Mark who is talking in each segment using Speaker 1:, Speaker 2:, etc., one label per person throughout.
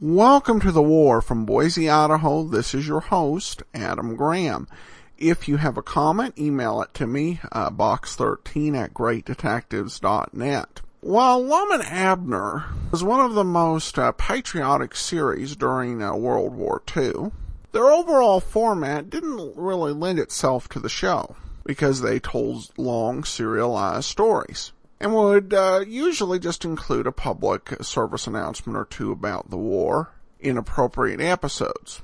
Speaker 1: Welcome to The War from Boise, Idaho. This is your host, Adam Graham. If you have a comment, email it to me, uh, box13 at greatdetectives.net. While Laman Abner was one of the most uh, patriotic series during uh, World War II, their overall format didn't really lend itself to the show because they told long serialized stories and would uh, usually just include a public service announcement or two about the war in appropriate episodes.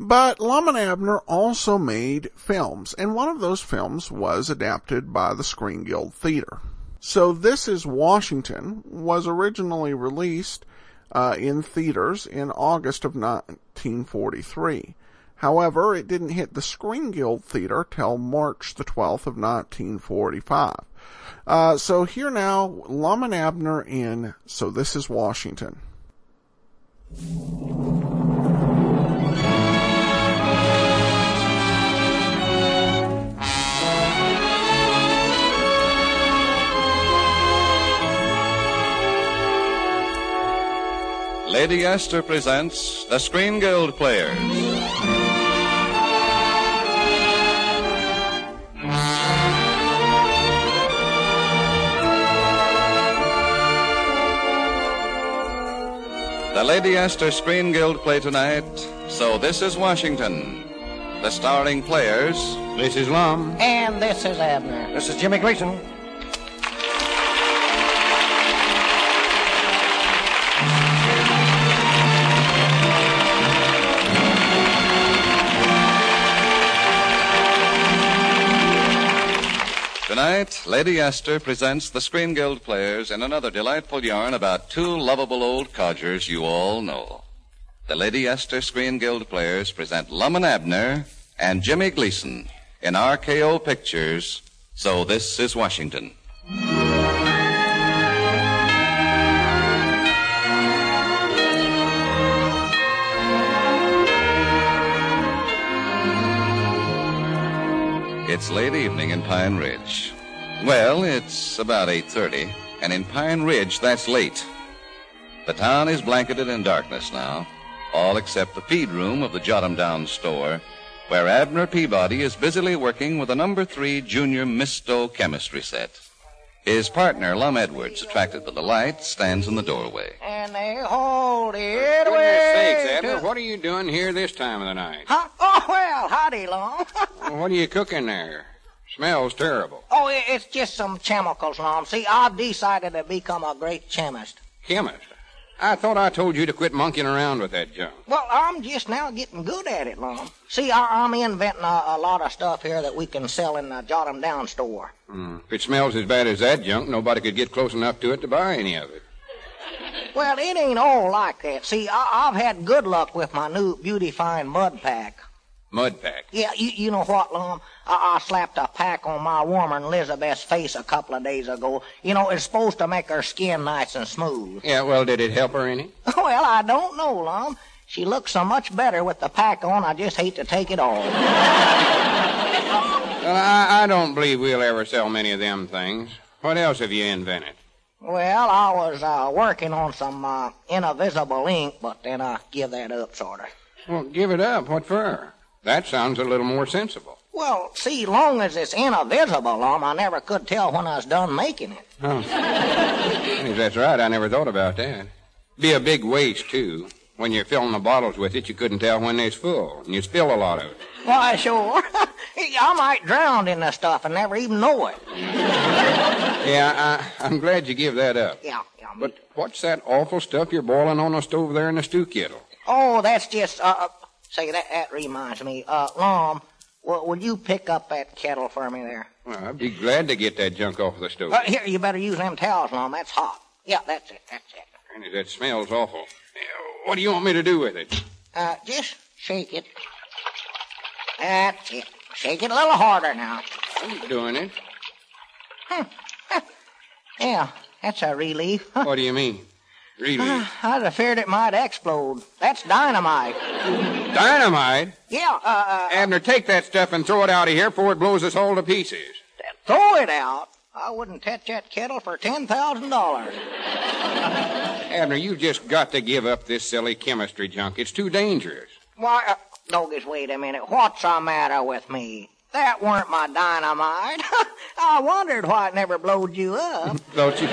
Speaker 1: But Laman Abner also made films, and one of those films was adapted by the Screen Guild Theater. So This is Washington was originally released uh, in theaters in August of 1943. However, it didn't hit the Screen Guild Theater till March the 12th of 1945. Uh, so here now, Laman Abner in So This is Washington.
Speaker 2: Lady Astor presents the Screen Guild Players. The Lady Astor Screen Guild play tonight, So This is Washington. The starring players, Mrs. Lum,
Speaker 3: And this is Abner.
Speaker 4: This is Jimmy Gleason.
Speaker 2: Tonight, Lady Astor presents the Screen Guild players in another delightful yarn about two lovable old codgers you all know. The Lady Astor Screen Guild players present Lumen Abner and Jimmy Gleason in RKO Pictures. So this is Washington. It's late evening in Pine Ridge. Well, it's about 8:30, and in Pine Ridge that's late. The town is blanketed in darkness now, all except the feed room of the Jotum Down store, where Abner Peabody is busily working with a number 3 junior misto chemistry set. His partner, Lum Edwards, attracted by the light, stands in the doorway.
Speaker 3: And they hold it
Speaker 5: Goodness
Speaker 3: away.
Speaker 5: sakes, Abner,
Speaker 3: to-
Speaker 5: what are you doing here this time of the night?
Speaker 3: Huh? Oh, well, howdy, Lom.
Speaker 5: What are you cooking there? Smells terrible.
Speaker 3: oh, i- it's just some chemicals, Lom. See, I've decided to become a great chemist.
Speaker 5: Chemist. I thought I told you to quit monkeying around with that junk.
Speaker 3: Well, I'm just now getting good at it, Lom. See, I, I'm inventing a, a lot of stuff here that we can sell in the Jot 'em Down store.
Speaker 5: Hmm. If it smells as bad as that junk, nobody could get close enough to it to buy any of it.
Speaker 3: Well, it ain't all like that. See, I, I've had good luck with my new beautifying mud pack.
Speaker 5: Mud pack.
Speaker 3: Yeah, you, you know what, Lum? I, I slapped a pack on my woman Elizabeth's face a couple of days ago. You know, it's supposed to make her skin nice and smooth.
Speaker 5: Yeah, well, did it help her any?
Speaker 3: Well, I don't know, Lum. She looks so much better with the pack on, I just hate to take it off.
Speaker 5: Well, I, I don't believe we'll ever sell many of them things. What else have you invented?
Speaker 3: Well, I was uh, working on some uh, invisible ink, but then I give that up, sort of.
Speaker 5: Well, give it up. What for? That sounds a little more sensible.
Speaker 3: Well, see, long as it's invisible, Lum, I never could tell when I was done making it.
Speaker 5: If that's right, I never thought about that. Be a big waste, too. When you're filling the bottles with it, you couldn't tell when they's full, and you spill a lot of it.
Speaker 3: Why, sure. I might drown in the stuff and never even know it.
Speaker 5: Yeah, I, I'm glad you give that up.
Speaker 3: Yeah, yeah. me
Speaker 5: But what's that awful stuff you're boiling on the stove there in the stew kettle?
Speaker 3: Oh, that's just, uh, uh, say, that, that reminds me. Uh, Lom, w- will you pick up that kettle for me there?
Speaker 5: Well, I'd be glad to get that junk off the stove.
Speaker 3: Uh, here, you better use them towels, Lom. That's hot. Yeah, that's it, that's it.
Speaker 5: Granny, that smells awful. Yeah, What do you want me to do with it?
Speaker 3: Uh, just shake it. That's it. Shake it a little harder now.
Speaker 5: I'm doing it.
Speaker 3: Yeah, that's a relief.
Speaker 5: What do you mean? Really?
Speaker 3: I was afraid it might explode. That's dynamite.
Speaker 5: Dynamite?
Speaker 3: Yeah, uh, uh,
Speaker 5: Abner, take that stuff and throw it out of here before it blows us all to pieces.
Speaker 3: throw it out. I wouldn't touch that kettle for $10,000.
Speaker 5: Abner, you just got to give up this silly chemistry junk. It's too dangerous.
Speaker 3: Why, uh, Douglas, wait a minute. What's the matter with me? That weren't my dynamite. I wondered why it never blowed you up.
Speaker 5: Don't you?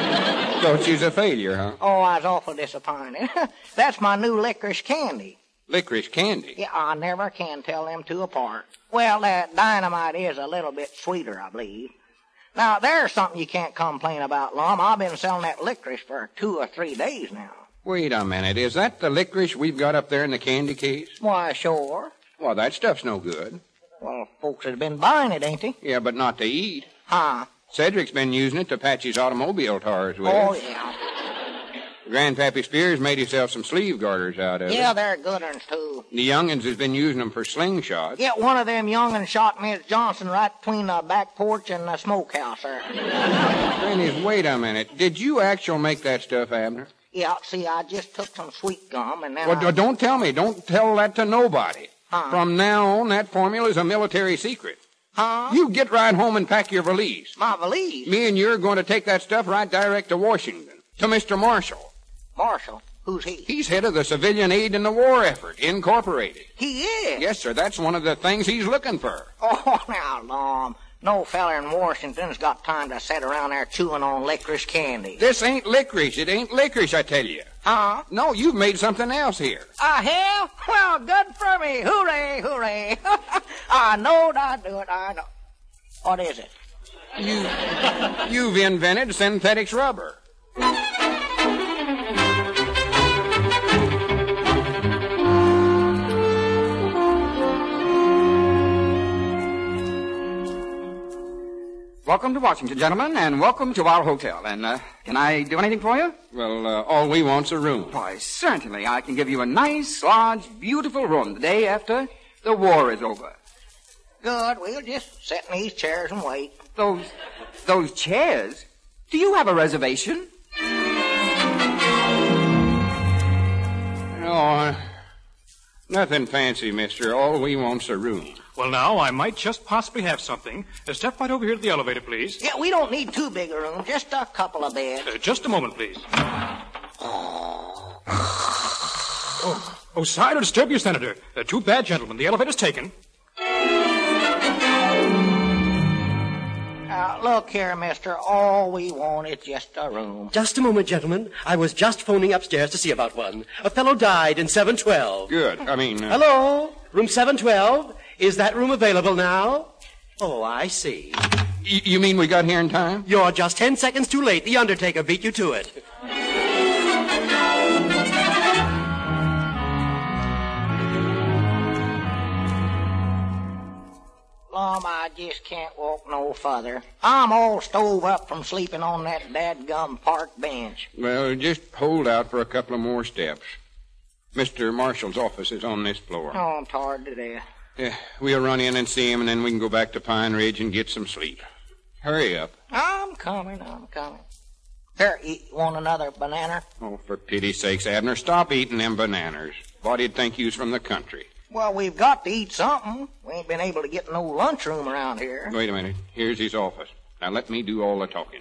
Speaker 5: Don't you's a failure, huh?
Speaker 3: Oh, I was awful disappointed. That's my new licorice candy.
Speaker 5: Licorice candy.
Speaker 3: Yeah, I never can tell them two apart. Well, that dynamite is a little bit sweeter, I believe. Now, there's something you can't complain about, Lum. I've been selling that licorice for two or three days now.
Speaker 5: Wait a minute. Is that the licorice we've got up there in the candy case?
Speaker 3: Why, sure.
Speaker 5: Well, that stuff's no good.
Speaker 3: Well, folks has been buying it, ain't they?
Speaker 5: Yeah, but not to eat.
Speaker 3: Huh?
Speaker 5: Cedric's been using it to patch his automobile tires with.
Speaker 3: Oh, yeah.
Speaker 5: Grandpappy Spears made himself some sleeve garters out of
Speaker 3: Yeah,
Speaker 5: it.
Speaker 3: they're good ones, too.
Speaker 5: The young'uns has been using them for slingshots.
Speaker 3: Yeah, one of them young'uns shot Miss Johnson right between the back porch and the smokehouse there.
Speaker 5: Grannies, wait a minute. Did you actually make that stuff, Abner?
Speaker 3: Yeah, see, I just took some sweet gum and then
Speaker 5: Well,
Speaker 3: I-
Speaker 5: d- don't tell me. Don't tell that to nobody.
Speaker 3: Huh?
Speaker 5: From now on, that formula's a military secret.
Speaker 3: huh?
Speaker 5: You get right home and pack your valise.
Speaker 3: My valise,
Speaker 5: Me and you're going to take that stuff right direct to Washington, to Mr. Marshall.
Speaker 3: Marshall. Who's he?
Speaker 5: He's head of the Civilian Aid in the War Effort, Incorporated.
Speaker 3: He is.
Speaker 5: Yes, sir, that's one of the things he's looking for.
Speaker 3: Oh, now, Lom, no feller in Washington's got time to sit around there chewing on licorice candy.
Speaker 5: This ain't licorice. It ain't licorice, I tell you.
Speaker 3: Huh?
Speaker 5: No, you've made something else here.
Speaker 3: I have? Well, good for me. Hooray, hooray. I knowed I'd do it. I know. What is it?
Speaker 5: You, you've invented synthetics rubber.
Speaker 4: Welcome to Washington, gentlemen, and welcome to our hotel. And uh, can I do anything for you?
Speaker 5: Well, uh, all we want's a room.
Speaker 4: Why, certainly. I can give you a nice, large, beautiful room the day after the war is over.
Speaker 3: Good. We'll just sit in these chairs and wait.
Speaker 4: Those, those chairs. Do you have a reservation?
Speaker 5: No, uh, nothing fancy, mister. All we want's a room.
Speaker 6: Well, now, I might just possibly have something. Uh, step right over here to the elevator, please.
Speaker 3: Yeah, we don't need too big a room, just a couple of beds.
Speaker 6: Uh, just a moment, please. Oh, oh sorry to disturb you, Senator. Uh, too bad, gentlemen. The elevator's taken.
Speaker 3: Uh, look here, mister. All we want is just a room.
Speaker 7: Just a moment, gentlemen. I was just phoning upstairs to see about one. A fellow died in 712.
Speaker 5: Good. I mean, uh,
Speaker 7: Hello? Room 712? Is that room available now? Oh, I see.
Speaker 5: y- you mean we got here in time?
Speaker 7: You're just ten seconds too late. The Undertaker beat you to it.
Speaker 3: Lum, I just can't walk no further. I'm all stove up from sleeping on that dadgum park bench.
Speaker 5: Well, just hold out for a couple of more steps. Mr. Marshall's office is on this floor.
Speaker 3: Oh, I'm tired to death.
Speaker 5: Yeah, we'll run in and see him, and then we can go back to Pine Ridge and get some sleep. Hurry up.
Speaker 3: I'm coming, I'm coming. Here, eat, want another banana?
Speaker 5: Oh, for pity's sakes, Abner, stop eating them bananas. Body'd think you's from the country.
Speaker 3: Well, we've got to eat something. We ain't been able to get no lunchroom around here.
Speaker 5: Wait a minute. Here's his office. Now let me do all the talking.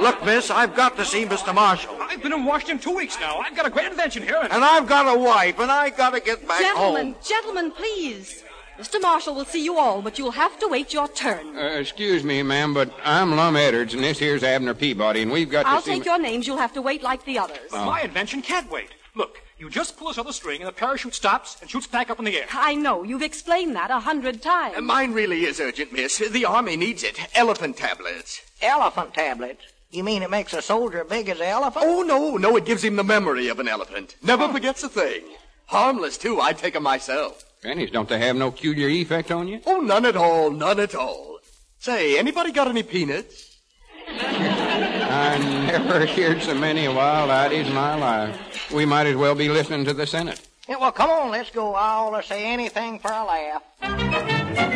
Speaker 8: Look, miss, I've got to see Mr. Marshall.
Speaker 6: I've been in Washington two weeks now. I've got a great invention here.
Speaker 8: And I've got a wife, and I gotta get back
Speaker 9: Gentlemen,
Speaker 5: Oh.
Speaker 8: home.
Speaker 9: gentlemen, please. Mr. Marshall will see you all, but you'll have to wait your turn.
Speaker 5: Uh, excuse me, ma'am, but I'm Lum Edwards, and this here's Abner Peabody, and we've got
Speaker 9: I'll
Speaker 5: to see... Oh.
Speaker 9: take your names. You'll have to wait like the others.
Speaker 6: My invention can't wait. Look, you just pull this other string, and the parachute stops and shoots back up in the air.
Speaker 9: I know. You've explained that a hundred times.
Speaker 8: Mine really is urgent, miss. The army needs it. Elephant tablets.
Speaker 3: Elephant tablets? You mean it makes a soldier big as an elephant?
Speaker 8: Oh, no, no, it gives him the memory of an elephant. Never forgets a thing. Harmless, too. I take 'em myself.
Speaker 5: Grannies, don't they have no peculiar effect on you?
Speaker 8: Oh, none at all, none at all. Say, anybody got any peanuts?
Speaker 5: I never heard so many wild ideas in my life. We might as well be listening to the Senate.
Speaker 3: Yeah, well, come on, let's go. I'll uh, say anything for a laugh.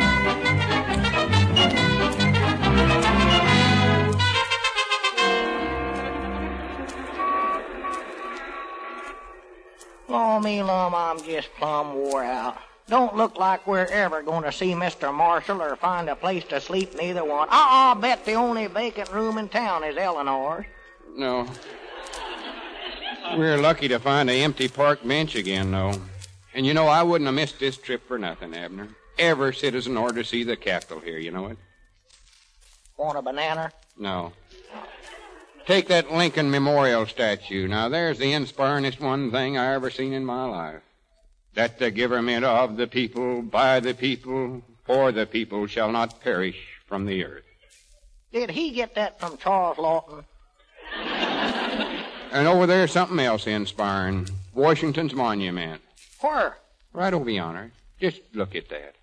Speaker 3: Law me, Lum, I'm just plumb wore out. Don't look like we're ever going to see Mr. Marshall or find a place to Uh-uh, sleep in either one. I- I'll bet the only vacant room in town is Eleanor's.
Speaker 5: No. We're lucky to find an empty park bench again, though. And you know, I wouldn't have missed this trip for nothing, Abner. Every citizen ought to see the capital here, you know it?
Speaker 3: Want a banana?
Speaker 5: No. Take that Lincoln Memorial statue. Now, there's the inspiringest one thing I ever seen in my life. That the government of the people, by the people, for the people shall not perish from the earth.
Speaker 3: Did he get that from Charles Lawton?
Speaker 5: And over there's something else inspiring. Washington's monument.
Speaker 3: Where?
Speaker 5: Right over yonder. Just look at that.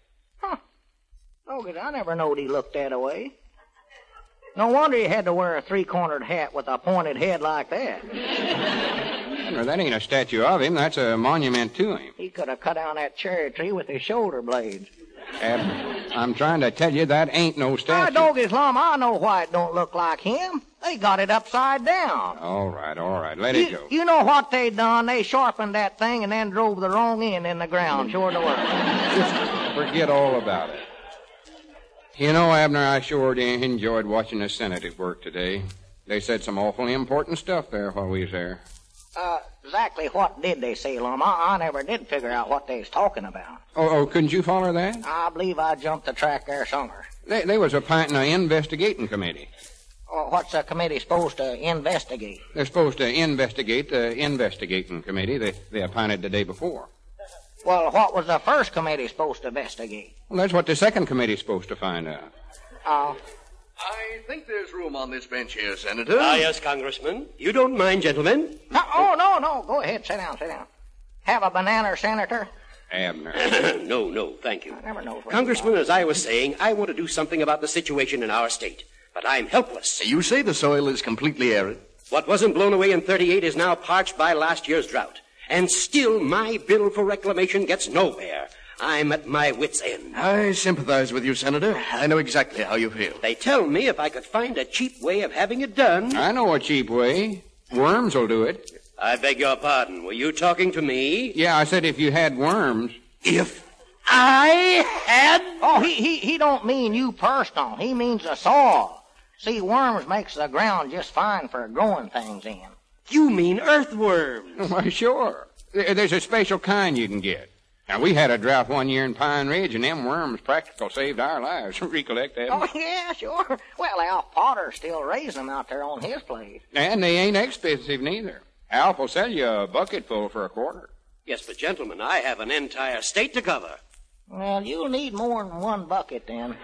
Speaker 3: Oh, 'cause I never knowed he looked that away. No wonder he had to wear a three-cornered hat with a pointed head like that.
Speaker 5: Abner, that ain't a statue of him. That's a monument to him.
Speaker 3: He could have cut down that cherry tree with his shoulder blades.
Speaker 5: Abner, I'm trying to tell you that ain't no
Speaker 3: I
Speaker 5: statue.
Speaker 3: dog Islam, I know why it don't look like him. They got it upside down.
Speaker 5: All right, all right. Let it
Speaker 3: You,
Speaker 5: go.
Speaker 3: you know what they done? They sharpened that thing and then drove the wrong end in the ground. Sure to work.
Speaker 5: Forget all about it. You know, Abner, I sure did enjoyed watching the Senate at work today. They said some awfully important stuff there while we was there.
Speaker 3: Uh, exactly what did they say, Lum? I, I never did figure out what they was talking about.
Speaker 5: Oh, oh couldn't you follow that?
Speaker 3: I believe I jumped the track there somewhere.
Speaker 5: They, they was appointing an investigating committee.
Speaker 3: Well, Uh, what's the committee supposed to investigate?
Speaker 5: They're supposed to investigate the investigating committee they, they appointed the day before.
Speaker 3: Well, what was the first committee supposed to investigate?
Speaker 5: Well, that's what the second committee's supposed to find out.
Speaker 3: Oh,
Speaker 8: Uh, I think there's room on this bench here, Senator.
Speaker 7: Ah, yes, Congressman. You don't mind, gentlemen.
Speaker 3: no, oh, no, no. Go ahead. Sit down, sit down. Have a banana, Senator?
Speaker 5: Abner.
Speaker 7: no, no, thank you.
Speaker 3: I never know. where-
Speaker 7: Congressman, as I was saying, I want to do something about the situation in our state, but I'm helpless.
Speaker 8: You say the soil is completely arid.
Speaker 7: What wasn't blown away in 38 is now parched by last year's drought. And still, my bill for reclamation gets nowhere. I'm at my wits' end.
Speaker 8: I sympathize with you, Senator. I know exactly how you feel.
Speaker 7: They tell me if I could find a cheap way of having it done.
Speaker 5: I know a cheap way. Worms will do it.
Speaker 7: I beg your pardon. Were you talking to me?
Speaker 5: Yeah, I said if you had worms.
Speaker 8: If
Speaker 7: I had.
Speaker 3: Oh, he, he, he don't mean you personal. He means the soil. See, worms makes the ground just fine for growing things in.
Speaker 7: You mean earthworm.
Speaker 5: Why, sure. There- There's a special kind you can get. Now, we had a drought one year in Pine Ridge, and them worms practical saved our lives. Recollect that?
Speaker 3: Oh, yeah, sure. Well, Al Potter's still raising them out there on his place.
Speaker 5: And they ain't expensive neither. Alf will sell you a bucketful for a quarter.
Speaker 7: Yes, but gentlemen, I have an entire state to cover.
Speaker 3: Well, you'll need more than one bucket then.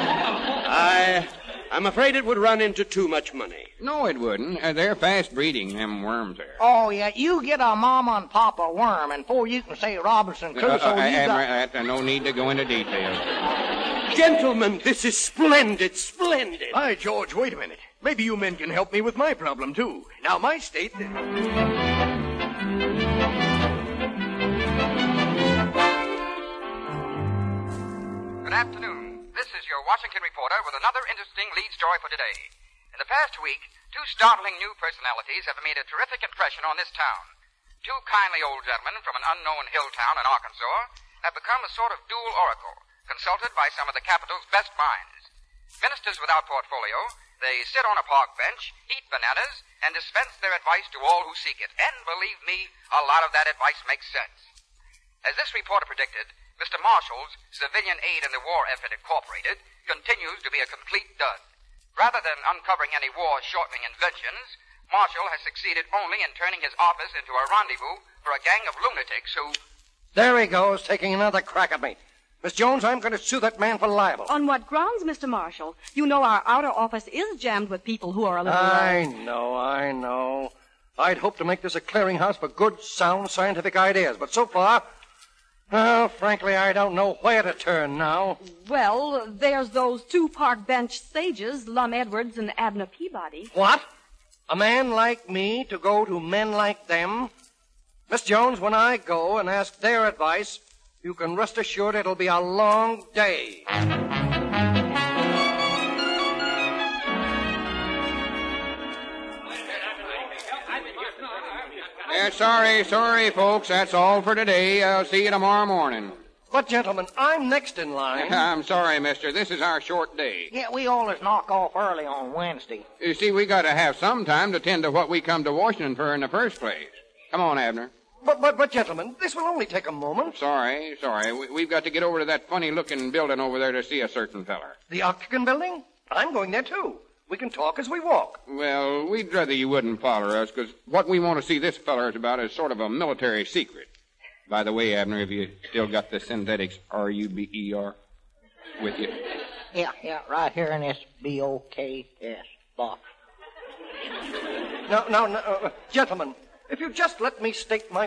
Speaker 7: I. I'm afraid it would run into too much money.
Speaker 5: No, it wouldn't. Uh, they're fast breeding, them worms there.
Speaker 3: Oh, yeah, you get a mama and papa worm, and before you can say Robinson
Speaker 5: Uh,
Speaker 3: Crusoe,
Speaker 7: oh,
Speaker 5: uh,
Speaker 3: you
Speaker 5: Abner,
Speaker 3: got...
Speaker 5: uh, no need to go into details.
Speaker 7: Gentlemen, this is splendid, splendid.
Speaker 8: Hi, George, wait a minute. Maybe you men can help me with my problem, too. Now, my state.
Speaker 10: Good afternoon. This is your Washington reporter with another interesting lead story for today. In the past week, two startling new personalities have made a terrific impression on this town. Two kindly old gentlemen from an unknown hill town in Arkansas have become a sort of dual oracle, consulted by some of the capital's best minds. Ministers without portfolio, they sit on a park bench, eat bananas, and dispense their advice to all who seek it. And believe me, a lot of that advice makes sense. As this reporter predicted, Mr. Marshall's Civilian Aid in the War Effort Incorporated continues to be a complete dud. Rather than uncovering any war shortening inventions, Marshall has succeeded only in turning his office into a rendezvous for a gang of lunatics who.
Speaker 11: There he goes, taking another crack at me. Miss Jones, I'm going to sue that man for libel.
Speaker 9: On what grounds, Mr. Marshall? You know our outer office is jammed with people who are a little. uh,
Speaker 11: I know, I know. I'd hoped to make this a clearinghouse for good, sound scientific ideas, but so far, well, frankly, I don't know where to turn now.
Speaker 9: Well, there's those two park bench sages, Lum Edwards and Abner Peabody.
Speaker 11: What? A man like me to go to men like them? Miss Jones, when I go and ask their advice, you can rest assured it'll be a long day.
Speaker 5: Eh, Yeah, sorry, sorry, folks. That's all for today. I'll see you tomorrow morning.
Speaker 11: But, gentlemen, I'm next in line.
Speaker 5: I'm sorry, mister. This is our short day.
Speaker 3: Yeah, we always knock off early on Wednesday.
Speaker 5: You see, we gotta have some time to tend to what we come to Washington for in the first place. Come on, Abner.
Speaker 11: But, but, but, gentlemen, this will only take a moment.
Speaker 5: Sorry, sorry. We, we've got to get over to that funny looking building over there to see a certain feller.
Speaker 11: The Octagon Building? I'm going there, too. We can talk as we walk.
Speaker 5: Well, we'd rather you wouldn't follow us, 'cause what we want to see this feller is about is sort of a military secret. By the way, Abner, have you still got the synthetics R U B E R with you?
Speaker 3: Yeah, yeah, right here in this B-O-K-S box.
Speaker 11: No, no, no. uh, Gentlemen, if you just let me state my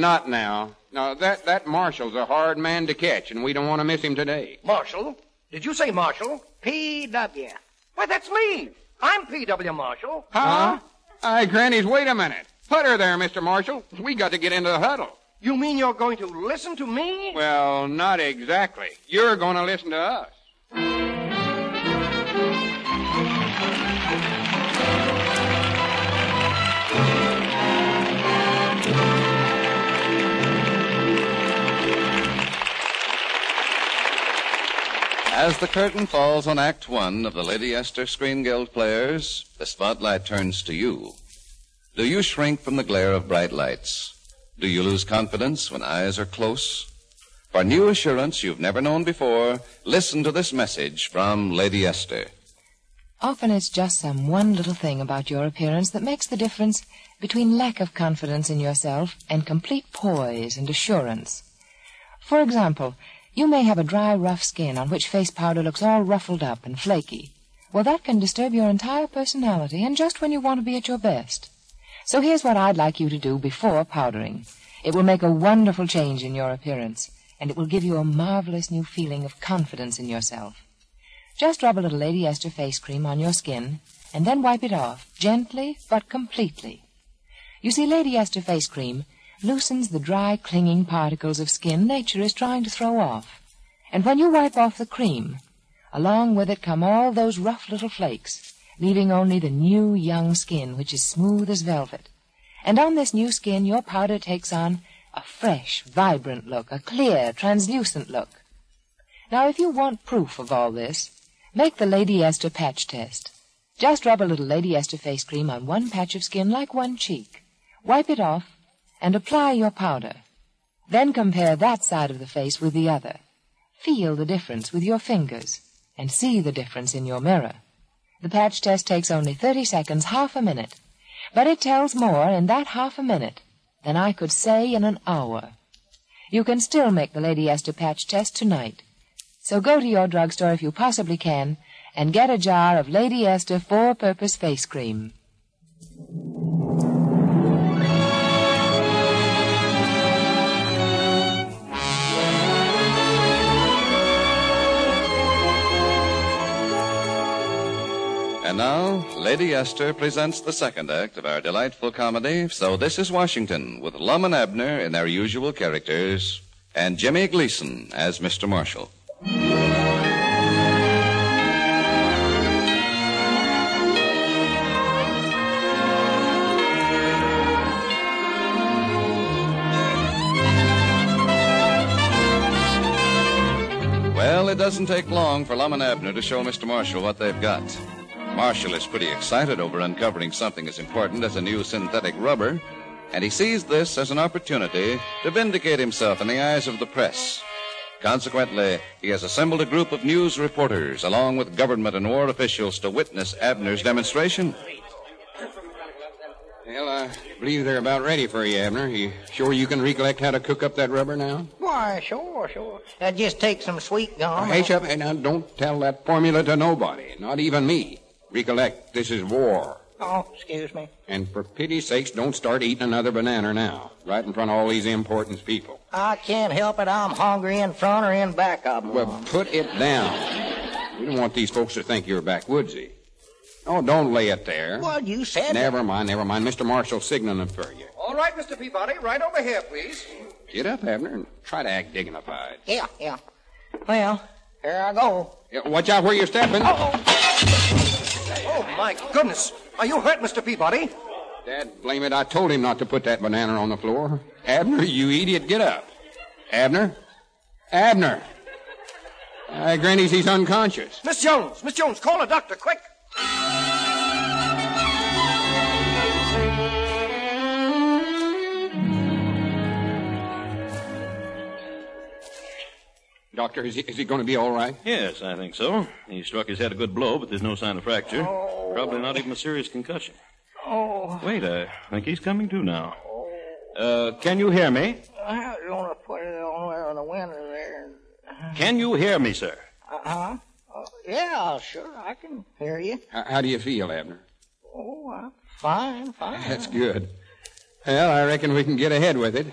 Speaker 5: Not now. No, that, that Marshall's a hard man to catch, and we don't want to miss him today.
Speaker 11: Marshall? Did you say Marshall?
Speaker 3: P.W.
Speaker 11: Why, that's me. I'm P.W. Marshall.
Speaker 5: Huh? Hey, Grannies, wait a minute. Put her there, Mr. Marshall. We got to get into the huddle.
Speaker 11: You mean you're going to listen to me?
Speaker 5: Well, not exactly. You're going to listen to us.
Speaker 2: As the curtain falls on Act One of the Lady Esther Screen Guild Players, the spotlight turns to you. Do you shrink from the glare of bright lights? Do you lose confidence when eyes are close? For new assurance you've never known before, listen to this message from Lady Esther.
Speaker 12: Often it's just some one little thing about your appearance that makes the difference between lack of confidence in yourself and complete poise and assurance. For example, you may have a dry, rough skin on which face powder looks all ruffled up and flaky. Well, that can disturb your entire personality and just when you want to be at your best. So here's what I'd like you to do before powdering. It will make a wonderful change in your appearance, and it will give you a marvelous new feeling of confidence in yourself. Just rub a little Lady Esther face cream on your skin and then wipe it off, gently but completely. You see, Lady Esther face cream loosens the dry, clinging particles of skin nature is trying to throw off. And when you wipe off the cream, along with it come all those rough little flakes, leaving only the new, young skin, which is smooth as velvet. And on this new skin, your powder takes on a fresh, vibrant look, a clear, translucent look. Now, if you want proof of all this, make the Lady Esther patch test. Just rub a little Lady Esther face cream on one patch of skin like one cheek. Wipe it off and apply your powder. Then compare that side of the face with the other. Feel the difference with your fingers and see the difference in your mirror. The patch test takes only 30 seconds, half a minute, but it tells more in that half a minute than I could say in an hour. You can still make the Lady Esther patch test tonight. So go to your drugstore if you possibly can and get a jar of Lady Esther for purpose face cream.
Speaker 2: And now, Lady Esther presents the second act of our delightful comedy, So This is Washington, with Lum and Abner in their usual characters, and Jimmy Gleason as Mr. Marshall. Well, it doesn't take long for Lum and Abner to show Mr. Marshall what they've got. Marshall is pretty excited over uncovering something as important as a new synthetic rubber, and he sees this as an opportunity to vindicate himself in the eyes of the press. Consequently, he has assembled a group of news reporters along with government and war officials to witness Abner's demonstration.
Speaker 5: Well, I believe they're about ready for you, Abner. You sure you can recollect how to cook up that rubber now?
Speaker 3: Why, sure, sure. Now just take some sweet gum.
Speaker 5: hey, Chubb, hey, now uh, don't tell that formula to nobody, not even me. Recollect, this is war.
Speaker 3: Oh, excuse me.
Speaker 5: And for pity's sakes, don't start eating another banana now, right in front of all these important people.
Speaker 3: I can't help it. I'm hungry in front or in back of 'em.
Speaker 5: Well, put it down. We don't want these folks to think you're backwoodsy. Oh, don't lay it there.
Speaker 3: Well, you said
Speaker 5: Never mind, never mind. Mr. Marshall's signaling for you.
Speaker 11: All right, Mr. Peabody, right over here, please.
Speaker 5: Get up, Abner, and try to act dignified.
Speaker 3: Yeah, yeah. Well, here I go.
Speaker 5: Yeah, watch out where you're stepping.
Speaker 11: Oh, my goodness. Are you hurt, Mr. Peabody?
Speaker 5: Dad, blame it. I told him not to put that banana on the floor. Abner, you idiot, get up. Abner? Abner. Uh, Granny's, he's unconscious.
Speaker 11: Miss Jones, Miss Jones, call a doctor, quick.
Speaker 5: Doctor, is he, is he going to be all right?
Speaker 13: Yes, I think so. He struck his head a good blow, but there's no sign of fracture. Probably not even a serious concussion.
Speaker 11: Oh,
Speaker 13: Wait, I think he's coming to now. Uh, can you hear me?
Speaker 3: How do you want to put it on there in the winter there?
Speaker 13: Can you hear me, sir?
Speaker 3: Uh-huh. Uh, yeah, sure, I can hear you.
Speaker 5: How, how do you feel, Abner?
Speaker 3: Oh, I'm fine, fine.
Speaker 5: That's good. Well, I reckon we can get ahead with it.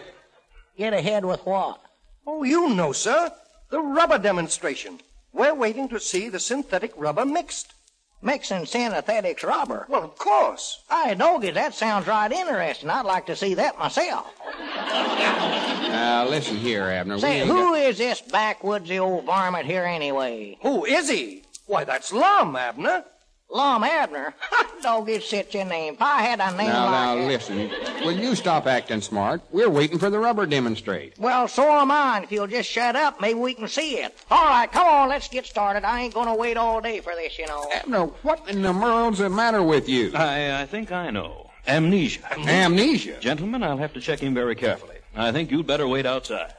Speaker 3: Get ahead with what?
Speaker 11: Oh, you know, sir. The rubber demonstration. We're waiting to see the synthetic rubber mixed.
Speaker 3: Mixing synthetics rubber?
Speaker 11: Well, of course.
Speaker 3: I know, 'cause that sounds right interesting. I'd like to see that myself.
Speaker 5: Now, listen here, Abner. we
Speaker 3: Say,
Speaker 5: ain't
Speaker 3: who
Speaker 5: got-
Speaker 3: is this backwoodsy old varmint here anyway?
Speaker 11: Who is he? Why, that's Lum, Abner.
Speaker 3: Lum Abner? Dog, it's such a name. If I had a name
Speaker 5: Now,
Speaker 3: like
Speaker 5: now, listen. Will you stop acting smart? We're waiting for the rubber demonstrate.
Speaker 3: Well, so am I. and If you'll just shut up, maybe we can see it. All right, come on, let's get started. I ain't gonna wait all day for this, you
Speaker 11: Eh.
Speaker 3: know.
Speaker 5: Abner, what in the world's the matter with you?
Speaker 13: I, I think I know. Amnesia.
Speaker 5: Amnesia?
Speaker 13: Gentlemen, I'll have to check him very carefully. I think you'd better wait outside.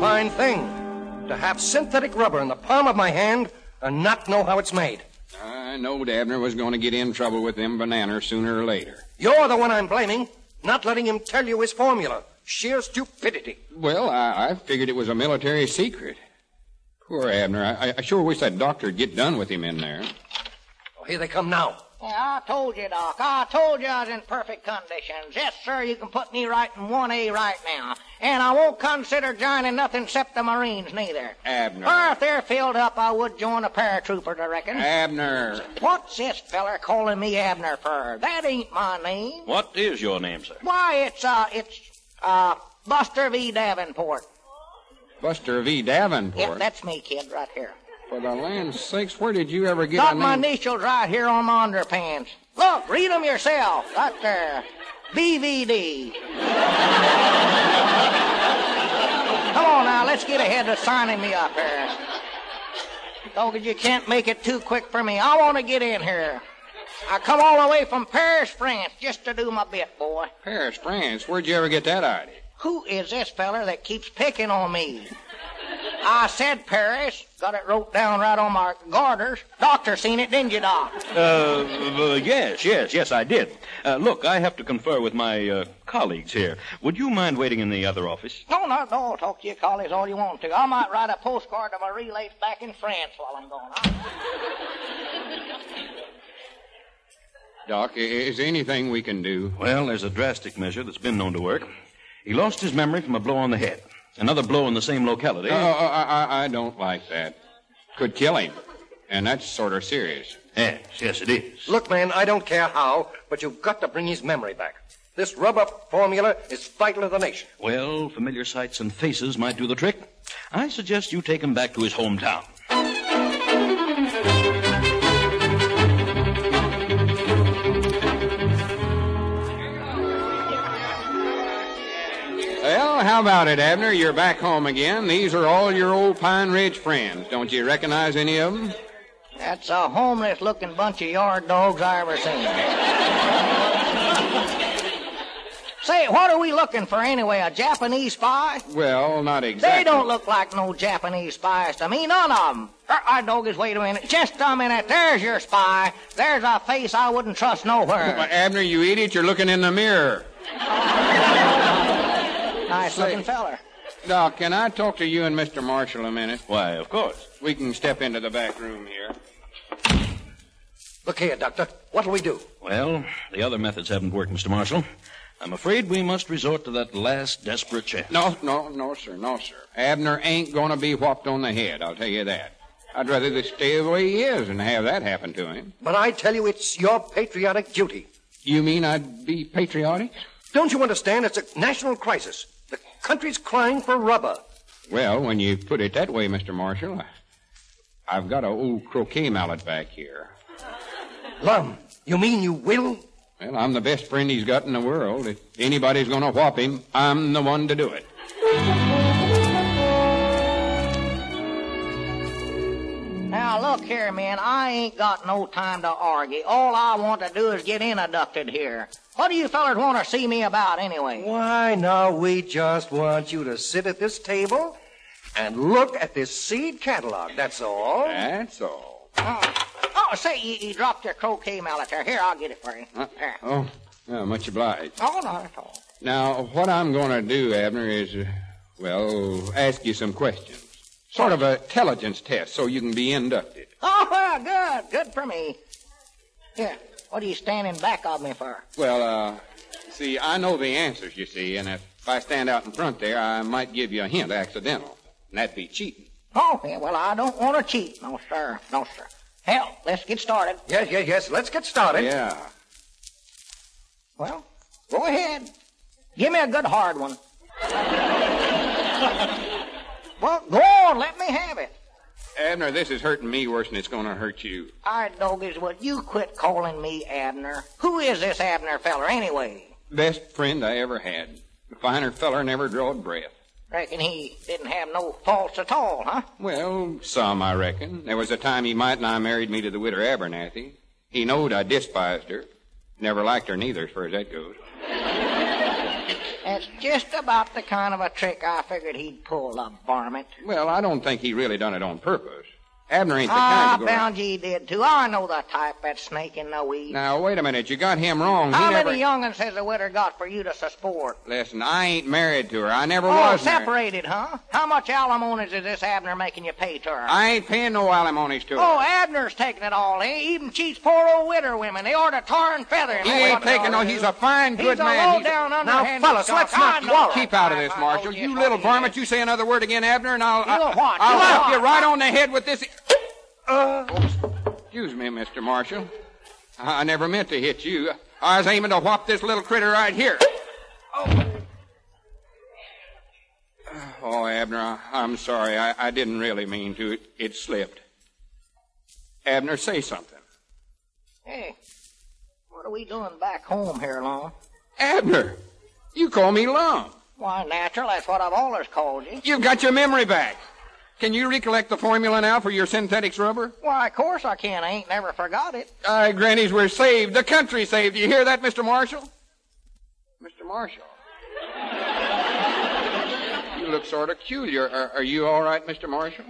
Speaker 11: Fine thing. To have synthetic rubber in the palm of my hand and not know how it's made.
Speaker 5: I knowed Abner was going to get in trouble with them bananas sooner or later.
Speaker 11: You're the one I'm blaming, not letting him tell you his formula. Sheer stupidity.
Speaker 5: Well, I, I figured it was a military secret. Poor Abner. I, I- I sure wish that doctor'd get done with him in there.
Speaker 11: Oh, here they come now.
Speaker 3: Yeah, I told you, Doc. I told you I was in perfect conditions. Yes, sir, you can put me right in 1A right now. And I won't consider joining nothing except the Marines, neither.
Speaker 5: Abner.
Speaker 3: Or if they're filled up, I would join the paratroopers, I reckon.
Speaker 5: Abner.
Speaker 3: What's this feller calling me Abner for? That ain't my name.
Speaker 13: What is your name, sir?
Speaker 3: Why, it's, uh, it's, uh, Buster V. Davenport.
Speaker 5: Buster V. Davenport.
Speaker 3: Yep, that's me, kid, right here.
Speaker 5: For the land's sakes, where did you ever get
Speaker 3: Got
Speaker 5: a
Speaker 3: my
Speaker 5: name?
Speaker 3: initials right here on my underpants. Look, read 'em yourself. Right there. BVD. Come on now, let's get ahead of signing me up here. Dog, you can't make it too quick for me. I want to get in here. I come all the way from Paris, France, just to do my bit, boy.
Speaker 5: Paris, France. Where'd you ever get that idea?
Speaker 3: Who is this feller that keeps picking on me? I said Paris. Got it wrote down right on my garters. Doctor seen it, didn't you, Doc?
Speaker 13: Uh, uh, yes, yes, yes, I did. Uh, look, I have to confer with my uh, colleagues here. Would you mind waiting in the other office?
Speaker 3: No, no, no. Talk to your colleagues all you want to. I might write a postcard to my relays back in France while I'm gone.
Speaker 5: Doc, i- is there anything we can do?
Speaker 13: Well, there's a drastic measure that's been known to work. He lost his memory from a blow on the head. Another blow in the same locality.
Speaker 5: Oh, oh, I, I- I don't like that. Could kill him. And that's sort of serious.
Speaker 13: Yes, yes, it is.
Speaker 11: Look, man, I don't care how, but you've got to bring his memory back. This rubber formula is vital to the nation.
Speaker 13: Well, familiar sights and faces might do the trick. I suggest you take him back to his hometown.
Speaker 5: Well, how about it, Abner? You're back home again. These are all your old Pine Ridge friends. Don't you recognize any of them?
Speaker 3: That's a homeless looking bunch of yard dogs I ever seen. Say, what are we looking for anyway? A Japanese spy?
Speaker 5: Well, not exactly.
Speaker 3: They don't look like no Japanese spies to me, none of them. Our dog is, wait a minute, just a minute. There's your spy. There's a face I wouldn't trust
Speaker 5: Why,
Speaker 3: nowhere.
Speaker 5: Abner, you idiot, you're looking in the mirror.
Speaker 3: Nice looking feller.
Speaker 5: Doc, can I talk to you and Mr. Marshall a minute?
Speaker 13: Why, of course.
Speaker 5: We can step into the back room here.
Speaker 11: Look here, Doctor. What'll we do?
Speaker 13: Well, the other methods haven't worked, Mr. Marshall. I'm afraid we must resort to that last desperate chance.
Speaker 5: No, no, no, sir, no, sir. Abner ain't going to be whopped on the head, I'll tell you that. I'd rather this stay the way he is than have that happen to him.
Speaker 11: But I tell you, it's your patriotic duty.
Speaker 5: You mean I'd be patriotic?
Speaker 11: Don't you understand? It's a national crisis. The country's crying for rubber.
Speaker 5: Well, when you put it that way, Mr. Marshall, I- I've got an old croquet mallet back here.
Speaker 11: Lum, you mean you will?
Speaker 5: Well, I'm the best friend he's got in the world. If anybody's going to whop him, I'm the one to do it.
Speaker 3: Now, look here, man. I ain't got no time to argue. All I want to do is get introducted here. What do you fellers want to see me about anyway?
Speaker 11: Why, now we just want you to sit at this table and look at this seed catalog. That's all.
Speaker 5: That's all.
Speaker 3: Oh, say, you, you dropped your croquet mallet there. Here, I'll get it for you. There.
Speaker 5: Oh, yeah, much obliged.
Speaker 3: Oh, not at all.
Speaker 5: Now, what I'm going to do, Abner, is, uh, well, ask you some questions. Sort of a intelligence test so you can be inducted.
Speaker 3: Oh, well, good. Good for me. Here, what are you standing back of me for?
Speaker 5: Well, uh, see, I know the answers, you see, and if I stand out in front there, I might give you a hint accidental. And that'd be cheating.
Speaker 3: Oh, yeah, well, I don't want to cheat. No, sir. No, sir. Hell, let's get started.
Speaker 11: Yes, yes, yes. Let's get started.
Speaker 5: Yeah.
Speaker 3: Well, go ahead. Give me a good hard one. well, go on. Let me have it.
Speaker 5: Abner, this is hurting me worse than it's going to hurt you.
Speaker 3: All right, doggies, will you quit calling me Abner? Who is this Abner feller, anyway?
Speaker 5: Best friend I ever had. A finer feller never drawed breath.
Speaker 3: Reckon he didn't have no faults at all, huh?
Speaker 5: Well, some, I reckon. There was a time he might and I married me to the widder Abernathy. He knowed I despised her. Never liked her neither, as far as that goes.
Speaker 3: That's just about the kind of a trick I figured he'd pull, the varmint.
Speaker 5: Well, I don't think he really done it on purpose. Abner ain't the
Speaker 3: I
Speaker 5: kind to go...
Speaker 3: Ah, found you did too. I know the type that's snaking the weed.
Speaker 5: Now, wait a minute. You got him wrong.
Speaker 3: How
Speaker 5: he never...
Speaker 3: many young'uns has the widder got for you to support?
Speaker 5: Listen, I ain't married to her. I never
Speaker 3: oh,
Speaker 5: was married.
Speaker 3: separated, huh? How much alimonies is this Abner making you pay to her?
Speaker 5: I ain't paying no alimonies to her.
Speaker 3: Oh, Abner's taking it all. He even cheats poor old widder women. They ought to tar and feather him.
Speaker 5: He ain't taking no. He's a fine,
Speaker 3: He's
Speaker 5: good
Speaker 3: a
Speaker 5: man. He's-
Speaker 3: low-down, underhanded
Speaker 5: now, fellas,
Speaker 3: skunk.
Speaker 5: let's
Speaker 3: I
Speaker 5: not
Speaker 3: know
Speaker 5: quarrel.
Speaker 3: that
Speaker 5: Keep out of
Speaker 3: type.
Speaker 5: this,
Speaker 3: I know
Speaker 5: Marshal.
Speaker 3: just
Speaker 5: You
Speaker 3: what
Speaker 5: little
Speaker 3: he
Speaker 5: varmint, you say another word again, Abner, and I'll
Speaker 3: You'll what?
Speaker 5: I'll
Speaker 3: You'll
Speaker 5: whack
Speaker 3: what?
Speaker 5: you right on the head with
Speaker 10: e-
Speaker 5: this. Uh, excuse me, Mister Marshal. I I never meant to hit you. I was aiming to whop this little critter right here. Oh, oh Abner, I, I'm sorry. I, I didn't really mean to. It, it slipped. Abner, say something.
Speaker 3: Hey, what are we doing back home here, Lon?
Speaker 5: Abner, you call me Lum.
Speaker 3: Why, natural, that's what I've always called you.
Speaker 5: You've got your memory back. Can you recollect the formula now for your synthetics rubber?
Speaker 3: Why, of course I can. I ain't never forgot it.
Speaker 5: Aye, grannies, we're saved. The country saved. You hear that, Mr. Marshall? Mr. Marshall. You look sort of peculiar. Are, are you all right, Mr. Marshall?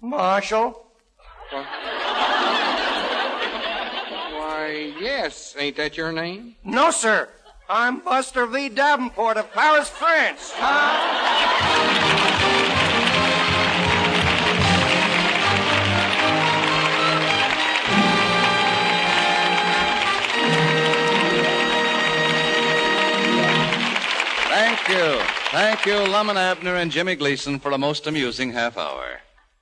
Speaker 11: Marshal?
Speaker 5: Why, yes. Ain't that your name?
Speaker 11: No, sir. I'm Buster V. Davenport of Paris, France.
Speaker 2: Thank you. Thank you, Lumen Abner and Jimmy Gleason, for a most amusing half hour.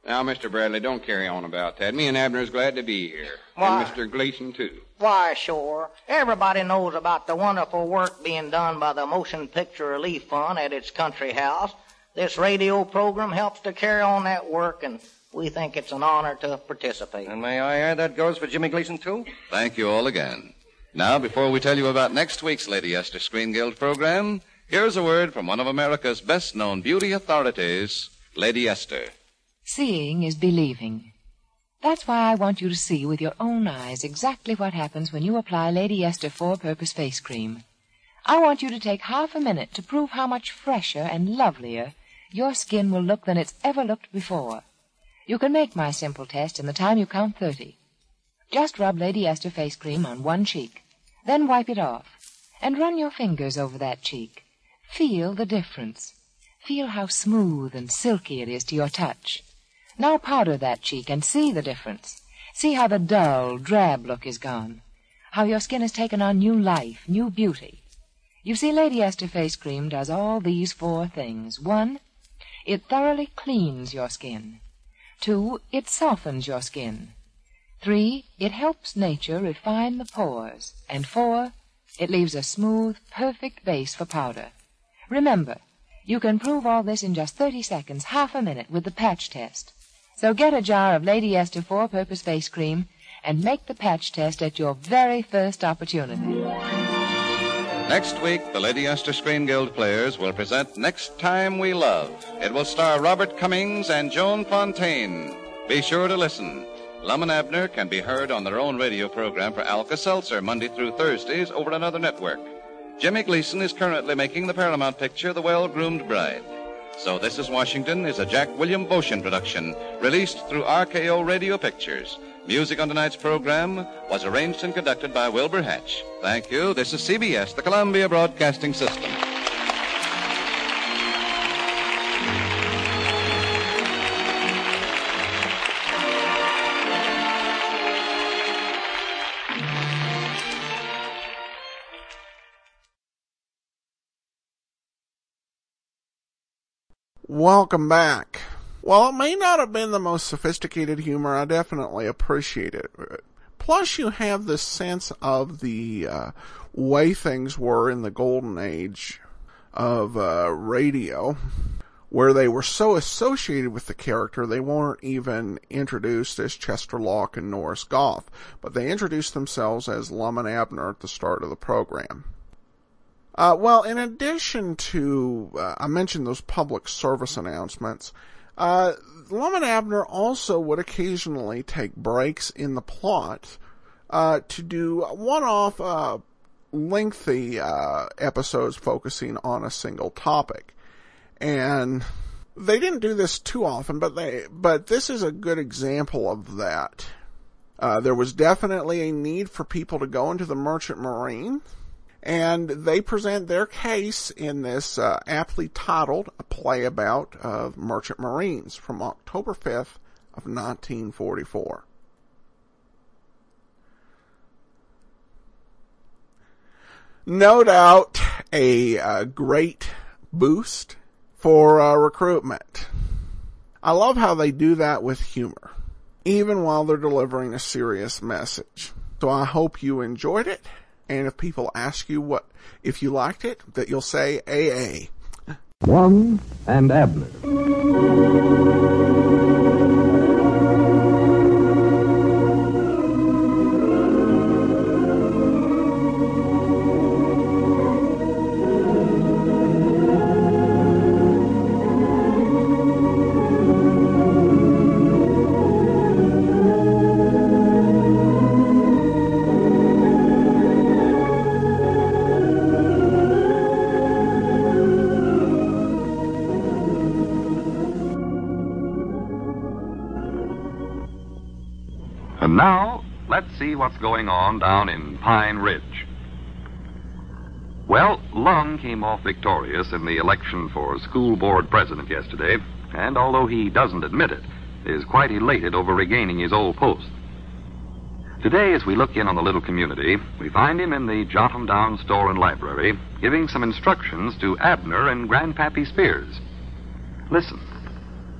Speaker 5: Now, Mr. Bradley, don't carry on about that. Me and Abner's glad to be here.
Speaker 3: Why?
Speaker 5: And Mr. Gleason, too.
Speaker 3: Why, sure. Everybody knows about the wonderful work being done by the Motion Picture Relief Fund at its country house. This radio program helps to carry on that work, and we think it's an honor to participate.
Speaker 11: And may I add, that goes for Jimmy Gleason, too?
Speaker 2: Thank you all again. Now, before we tell you about next week's Lady Esther Screen Guild program, here's a word from one of America's best known beauty authorities, Lady Esther.
Speaker 12: Seeing is believing. That's why I want you to see with your own eyes exactly what happens when you apply Lady Esther Four Purpose Face Cream. I want you to take half a minute to prove how much fresher and lovelier your skin will look than it's ever looked before. You can make my simple test in the time you count 30. Just rub Lady Esther Face Cream on one cheek, then wipe it off, and run your fingers over that cheek. Feel the difference. Feel how smooth and silky it is to your touch. Now powder that cheek and see the difference. See how the dull, drab look is gone. How your skin has taken on new life, new beauty. You see, Lady Esther Face Cream does all these four things. One, it thoroughly cleans your skin. Two, it softens your skin. Three, it helps nature refine the pores. And four, it leaves a smooth, perfect base for powder. Remember, you can prove all this in just 30 seconds, half a minute, with the patch test. So get a jar of Lady Esther Four Purpose Face Cream and make the patch test at your very first opportunity.
Speaker 2: Next week, the Lady Esther Screen Guild players will present Next Time We Love. It will star Robert Cummings and Joan Fontaine. Be sure to listen. Lum and Abner can be heard on their own radio program for Alka Seltzer Monday through Thursdays over another network. Jimmy Gleason is currently making the Paramount picture The Well Groomed Bride. So This Is Washington is a Jack William Boshin production released through RKO Radio Pictures. Music on tonight's program was arranged and conducted by Wilbur Hatch. Thank you. This is CBS, the Columbia Broadcasting System.
Speaker 1: Welcome back. While it may not have been the most sophisticated humor, I definitely appreciate it. Plus, you have this sense of the uh, way things were in the golden age of uh, radio, where they were so associated with the character they weren't even introduced as Chester Locke and Norris Goff, but they introduced themselves as Lum and Abner at the start of the program. Uh, well, in addition to, uh, I mentioned those public service announcements, uh, Lum and Abner also would occasionally take breaks in the plot uh, to do one off uh, lengthy uh, episodes focusing on a single topic. And they didn't do this too often, but they but this is a good example of that. Uh, there was definitely a need for people to go into the merchant marine and they present their case in this uh, aptly titled "A Playabout of Merchant Marines" from October 5th of 1944. No doubt, a, uh great boost for uh, recruitment. I love how they do that with humor, even while they're delivering a serious message. So I hope you enjoyed it. And if people ask you what, if you liked it, that you'll say AA.
Speaker 14: One and Abner.
Speaker 15: And now, let's see what's going on down in Pine Ridge. Well, Lum came off victorious in the election for school board president yesterday, and although he doesn't admit it, is quite elated over regaining his old post. Today, as we look in on the little community, we find him in the Jot 'em Down store and library, giving some instructions to Abner and Grandpappy Spears. Listen.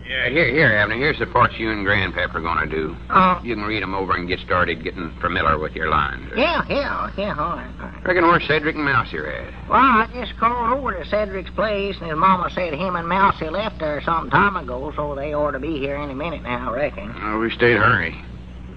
Speaker 5: Yeah, here, here, Abner. Here's the parts you and Grandpap are going to do.
Speaker 3: Oh.
Speaker 5: You can read 'em over and get started getting familiar with your lines.
Speaker 3: Yeah, yeah, yeah, all right. all right.
Speaker 5: Reckon where Cedric and Mouse are at.
Speaker 3: Well, I just called over to Cedric's place, and his mama said him and Mousie left there some time ago, so they ought to be here any minute now, I reckon.
Speaker 5: Oh, we stayed hurry.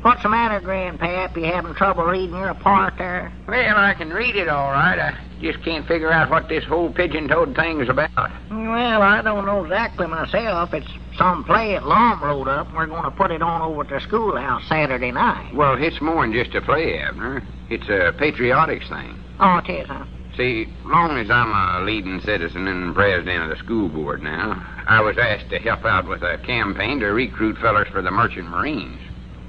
Speaker 3: What's the matter, Grandpap? You having trouble reading your part there?
Speaker 16: Well, I can read it all right. I just can't figure out what this whole pigeon-toed thing is about.
Speaker 3: Well, I don't know exactly myself. It's some play that Lom wrote up, and we're going to put it on over at the schoolhouse Saturday night.
Speaker 5: Well, it's more than just a play, Abner. It's a patriotic thing.
Speaker 3: Oh, it is, huh?
Speaker 5: See, long as I'm a leading citizen and president of the school board now, I was asked to help out with a campaign to recruit fellers for the Merchant Marines.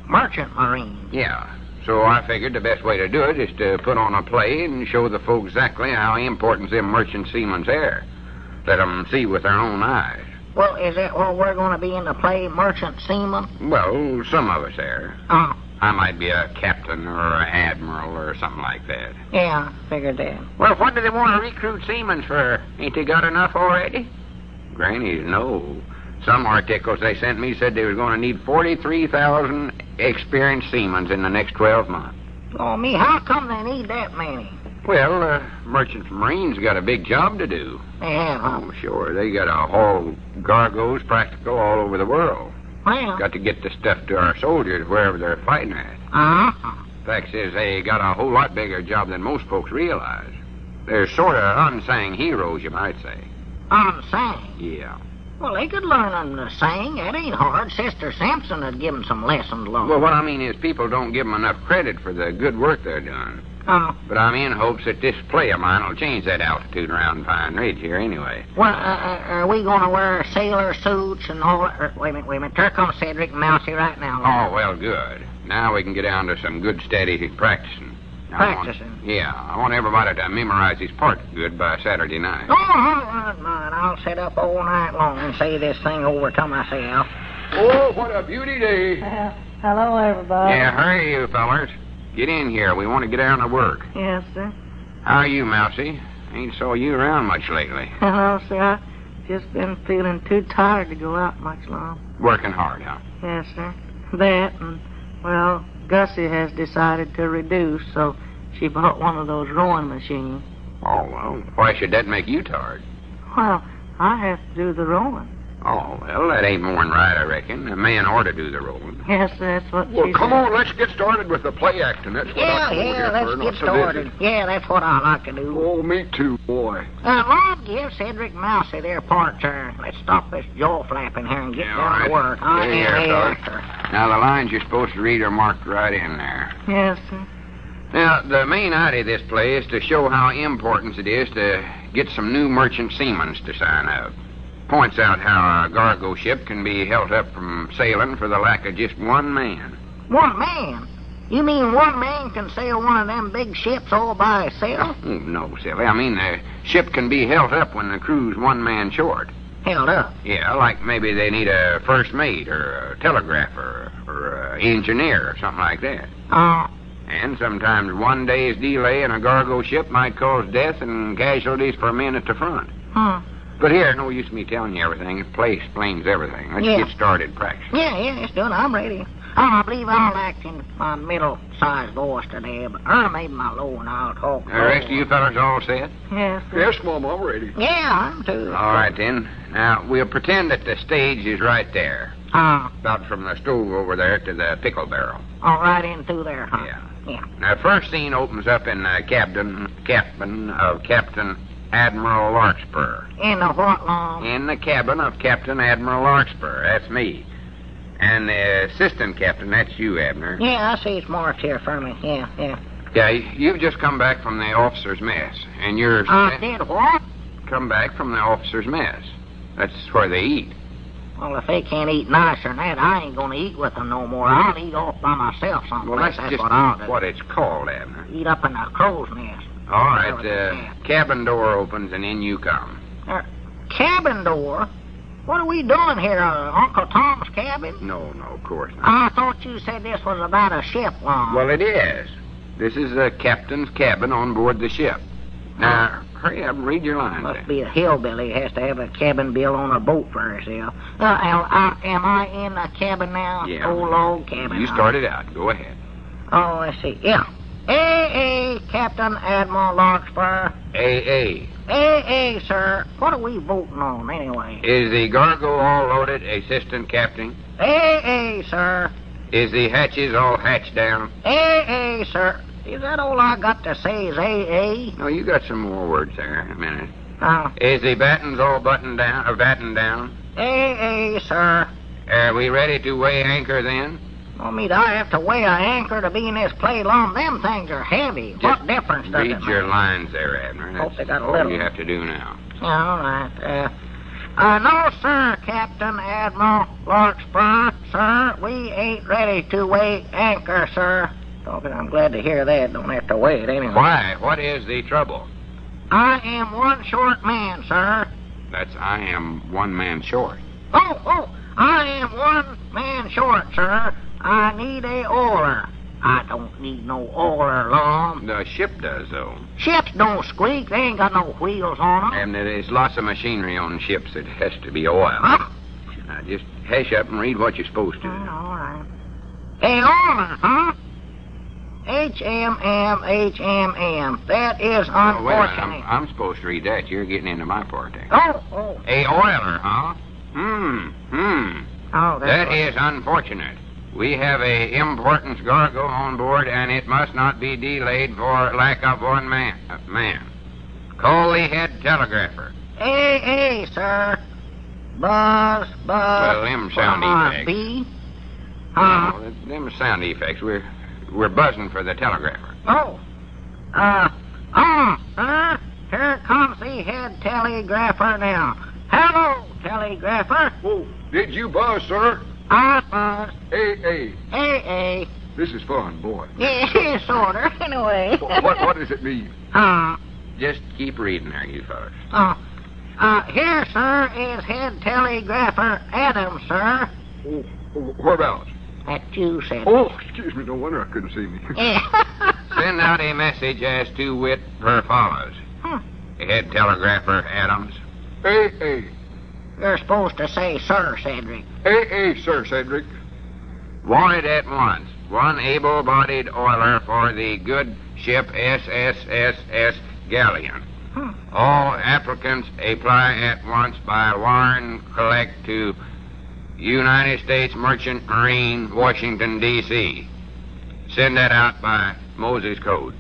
Speaker 3: Merchant Marine.
Speaker 5: Yeah. So I figured the best way to do it is to put on a play and show the folk exactly how important them merchant seamen's are. Let 'em see with their own eyes.
Speaker 3: Well, is that what we're going to be in the play, Merchant Seaman?
Speaker 5: Well, some of us are.
Speaker 3: Oh,
Speaker 5: I might be a captain or an admiral or something like that.
Speaker 3: yeah, figured that.
Speaker 16: Well, what do they want to recruit seamen for? Ain't they got enough already?
Speaker 5: Grannies, no. Some articles they sent me said they was going to need 43,000 experienced seamen's in the next 12 months.
Speaker 3: Oh, me, how come they need that many?
Speaker 5: Well, uh, Merchant Marines got a big job to do.
Speaker 3: They have, huh?
Speaker 5: Oh, sure. They got to haul gargoyles practical all over the world.
Speaker 3: Well,
Speaker 5: Got to get the stuff to our soldiers wherever they're fighting at.
Speaker 3: uh-huh.
Speaker 5: Fact is, they got a whole lot bigger job than most folks realize. They're sort of unsung heroes, you might say.
Speaker 3: Unsang.
Speaker 5: Yeah.
Speaker 3: Well, they could learn 'em to sing. It ain't hard. Sister Sampson would give 'em some lessons, Lord.
Speaker 5: Well, what I mean is people don't give 'em enough credit for the good work they're doing.
Speaker 3: Oh.
Speaker 5: But I'm in hopes that this play of mine will change that altitude around Pine Ridge here anyway.
Speaker 3: Well, uh, uh, are we going to wear sailor suits and all that? Er, Wait a minute, wait a minute. There comes Cedric and Mousy right now.
Speaker 5: Oh, well, good. Now we can get down to some good, steady practicing. I want-
Speaker 3: Practicing.
Speaker 5: yeah, I want everybody to memorize his part good by Saturday night.
Speaker 3: Oh, I wouldn't mind. I'll sit up all night long and say this thing over to myself.
Speaker 5: Oh, what a beauty day.
Speaker 17: Hello, everybody.
Speaker 5: yeah, hurry, you fellers. Get in here. We want to get down to work.
Speaker 17: Yes, sir.
Speaker 5: How are you, Mousy? Ain't saw you around much lately.
Speaker 17: Hello, sir. i just been feeling too tired to go out much long.
Speaker 5: Working hard, huh?
Speaker 17: Yes, sir. That and, well, Gussie has decided to reduce, so she bought one of those rowing machines.
Speaker 5: Oh, well, why should that make you tired?
Speaker 17: Well, I have to do the rowing.
Speaker 5: Oh, well, that ain't more'n right, I reckon. A man ought to do the rolling.
Speaker 17: Yes, sir, that's what
Speaker 5: Well,
Speaker 17: she
Speaker 5: come
Speaker 17: said.
Speaker 5: on, let's get started with the play acting. That's what
Speaker 3: yeah,
Speaker 5: I'm over
Speaker 3: yeah,
Speaker 5: here for,
Speaker 3: let's
Speaker 5: not
Speaker 3: get
Speaker 5: to
Speaker 3: started.
Speaker 5: visit.
Speaker 3: Yeah, that's what I like to do.
Speaker 5: Oh, me too, boy.
Speaker 3: Uh, Lord, give Cedric Mousy their part, sir. Let's stop this jaw flapping here and get
Speaker 5: Yeah, all
Speaker 3: down
Speaker 5: right.
Speaker 3: to work. I
Speaker 5: Yeah,
Speaker 3: am
Speaker 5: sorry.
Speaker 3: here, sir.
Speaker 5: Now, the lines you're supposed to read are marked right in there.
Speaker 17: Yes, sir.
Speaker 5: Now, the main idea of this play is to show how important it is to get some new merchant seamen to sign up. Points out how a cargo ship can be held up from sailing for the lack of just one man.
Speaker 3: One man? You mean one man can sail one of them big ships all by himself?
Speaker 5: Oh, no, silly. I mean, the ship can be held up when the crew's one man short.
Speaker 3: Held up.
Speaker 5: Yeah, like maybe they need a first mate or a telegrapher or an engineer or something like that.
Speaker 17: Uh,
Speaker 3: Oh,
Speaker 5: And sometimes one day's delay in a cargo ship might cause death and casualties for men at the front.
Speaker 17: Hmm.
Speaker 5: But here, no use me telling you everything. The play explains everything. Let's
Speaker 3: Yeah.
Speaker 5: get started practicing.
Speaker 3: yeah, yeah, it's done. I'm ready. I believe I'll act in my middle-sized voice today, but or maybe my low one. I'll talk.
Speaker 5: The rest of you fellas all set?
Speaker 17: Yes,
Speaker 5: Yes, Mom, I'm ready.
Speaker 3: Yeah, I'm too.
Speaker 5: All right, then. Now, we'll pretend that the stage is right there.
Speaker 3: Ah,
Speaker 5: About from the stove over there to the pickle barrel.
Speaker 3: all right in through there, huh?
Speaker 5: Yeah.
Speaker 3: Yeah.
Speaker 5: Now, first scene opens up in the captain, captain of Captain Admiral Larkspur.
Speaker 3: In the what long?
Speaker 5: In the cabin of Captain Admiral Larkspur. That's me. And the assistant captain, that's you, Abner.
Speaker 3: Yeah, I see it's marked here for me. Yeah, yeah.
Speaker 5: Yeah, y- you've just come back from the officers' mess, and you're
Speaker 3: I did what?
Speaker 5: come back from the officers' mess. That's where they eat.
Speaker 3: Well, if they can't eat nicer than that, I ain't gonna eat with them no more. I'll eat off by myself someplace.
Speaker 5: Well, that's,
Speaker 3: that's
Speaker 5: just
Speaker 3: what I'll do.
Speaker 5: what it's called, Abner.
Speaker 3: Eat up in the crow's nest.
Speaker 5: All right, the cabin door opens, and in you come.
Speaker 3: Uh, Cabin door? What are we doing here, uh, Uncle Tom's cabin?
Speaker 5: No, no, of course not.
Speaker 3: I thought you said this was about a ship long.
Speaker 5: Well, it is. This is the captain's cabin on board the ship. Now,
Speaker 3: Ah.
Speaker 5: hurry up and read your lines.
Speaker 3: Must be a hillbilly has to have a cabin bill on a boat for herself. Uh, am, I, am I in a cabin now?
Speaker 5: Yeah.
Speaker 3: Old log cabin.
Speaker 5: You started out. Go ahead.
Speaker 3: Oh, I see. Yeah. A.A. Captain Admiral Larkspur.
Speaker 5: AA.
Speaker 3: A.A., sir. What are we voting on, anyway?
Speaker 5: Is the cargo all loaded, assistant captain?
Speaker 3: A.A., sir.
Speaker 5: Is the hatches all hatched down?
Speaker 3: A.A., sir. Is that all I got to say is A.A.?
Speaker 5: No, you got some more words there in a minute.
Speaker 3: Uh,
Speaker 5: Is the battens all buttoned down, or battened down?
Speaker 3: A.A., sir.
Speaker 5: Are we ready to weigh anchor then?
Speaker 3: I mean, I have to weigh a anchor to be in this play long. Them things are heavy. what difference does it
Speaker 5: Read
Speaker 3: make?
Speaker 5: your lines there, Abner. That's
Speaker 3: Hope they got a
Speaker 5: all
Speaker 3: little.
Speaker 5: you have to do now.
Speaker 3: All right. Uh, uh, no, sir, Captain Admiral Larkspur, sir. We ain't ready to weigh anchor, sir. Talking, I'm glad to hear that. Don't have to weigh it anyway.
Speaker 5: Why? What is the trouble?
Speaker 3: I am one short man, sir.
Speaker 5: That's I am one man short.
Speaker 3: Oh, oh, I am one man short, sir. I need a oiler. I don't need no oiler, Lom.
Speaker 5: The ship does, though.
Speaker 3: Ships don't squeak. They ain't got no wheels on 'em.
Speaker 5: And there's lots of machinery on ships that has to be oiled.
Speaker 3: Huh? Uh,
Speaker 5: Now, just hash up and read what you're supposed to.
Speaker 3: All right. A oiler, huh? H-M-M, H-M-M. That is
Speaker 5: Oh, wait a minute.
Speaker 3: unfortunate.
Speaker 5: I'm, I'm supposed to read that. You're getting into my part there.
Speaker 3: Oh, oh.
Speaker 5: A oiler, huh? Hmm, hmm.
Speaker 3: Oh, that's
Speaker 5: That
Speaker 3: right.
Speaker 5: is unfortunate. We have a importance cargo on board, and it must not be delayed for lack of one man. Uh, man. Call the head telegrapher.
Speaker 17: Hey, hey, sir. Buzz, buzz.
Speaker 3: Uh,
Speaker 17: Uh,
Speaker 5: Well, them sound
Speaker 17: Come on,
Speaker 5: effects.
Speaker 17: Bee. Huh?
Speaker 5: No, th- them sound effects. We're we're buzzing for the telegrapher.
Speaker 17: Oh. Uh, on, sir. Here comes the head telegrapher now. Hello, telegrapher. Whoa.
Speaker 11: Did you buzz, sir?
Speaker 17: I buzz.
Speaker 11: Hey, hey.
Speaker 17: Hey, hey.
Speaker 11: This is fun, boy.
Speaker 17: Yeah, sorter, in a way.
Speaker 11: Wha- what what does it mean?
Speaker 17: Huh.
Speaker 5: Just keep reading there, you fellas.
Speaker 17: Uh, uh, here, sir, is head telegrapher Adams, sir.
Speaker 11: Oh, What else?
Speaker 17: That you said.
Speaker 11: Oh, excuse me. No wonder I couldn't see me.
Speaker 5: Send out a message as to wit per follows. The head telegrapher Adams.
Speaker 11: Hey, hey.
Speaker 17: You're supposed to say, sir, Cedric.
Speaker 11: Hey, hey, sir, Cedric.
Speaker 5: Wanted at once. One able bodied oiler for the good ship SSSS Galleon. All applicants apply at once by wire and collect to United States Merchant Marine, Washington, D.C. Send that out by Moses Code.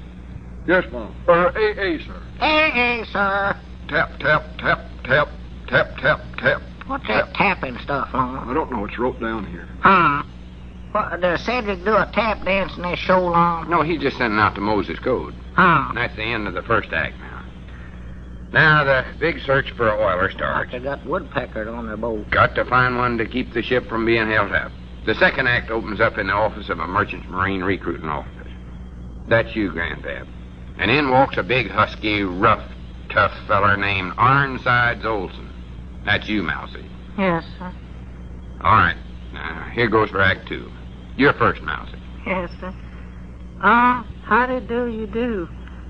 Speaker 11: Yes, ma'am. Uh, hey, hey, sir.
Speaker 17: Hey, hey, sir.
Speaker 11: Tap, tap, tap, tap, tap, tap, tap.
Speaker 17: What's that tapping stuff on?
Speaker 11: I don't know. It's wrote down here.
Speaker 17: Huh? What, does Cedric do a tap dance in this show long?
Speaker 5: No, he's just sending out the Moses Code.
Speaker 17: Huh?
Speaker 5: And that's the end of the first act now. Now the big search for an oiler starts.
Speaker 17: They got woodpecker on their boat.
Speaker 5: Got to find one to keep the ship from being held up. The second act opens up in the office of a merchant marine recruiting officer. That's you, Grandpap. And in walks a big, husky, rough, tough feller named Ironsides Olson. That's you, Mousy.
Speaker 17: Yes, sir.
Speaker 5: All right. Now, here goes for Act Two. You're first, Mousy.
Speaker 17: Yes, sir. Ah, how do do you do?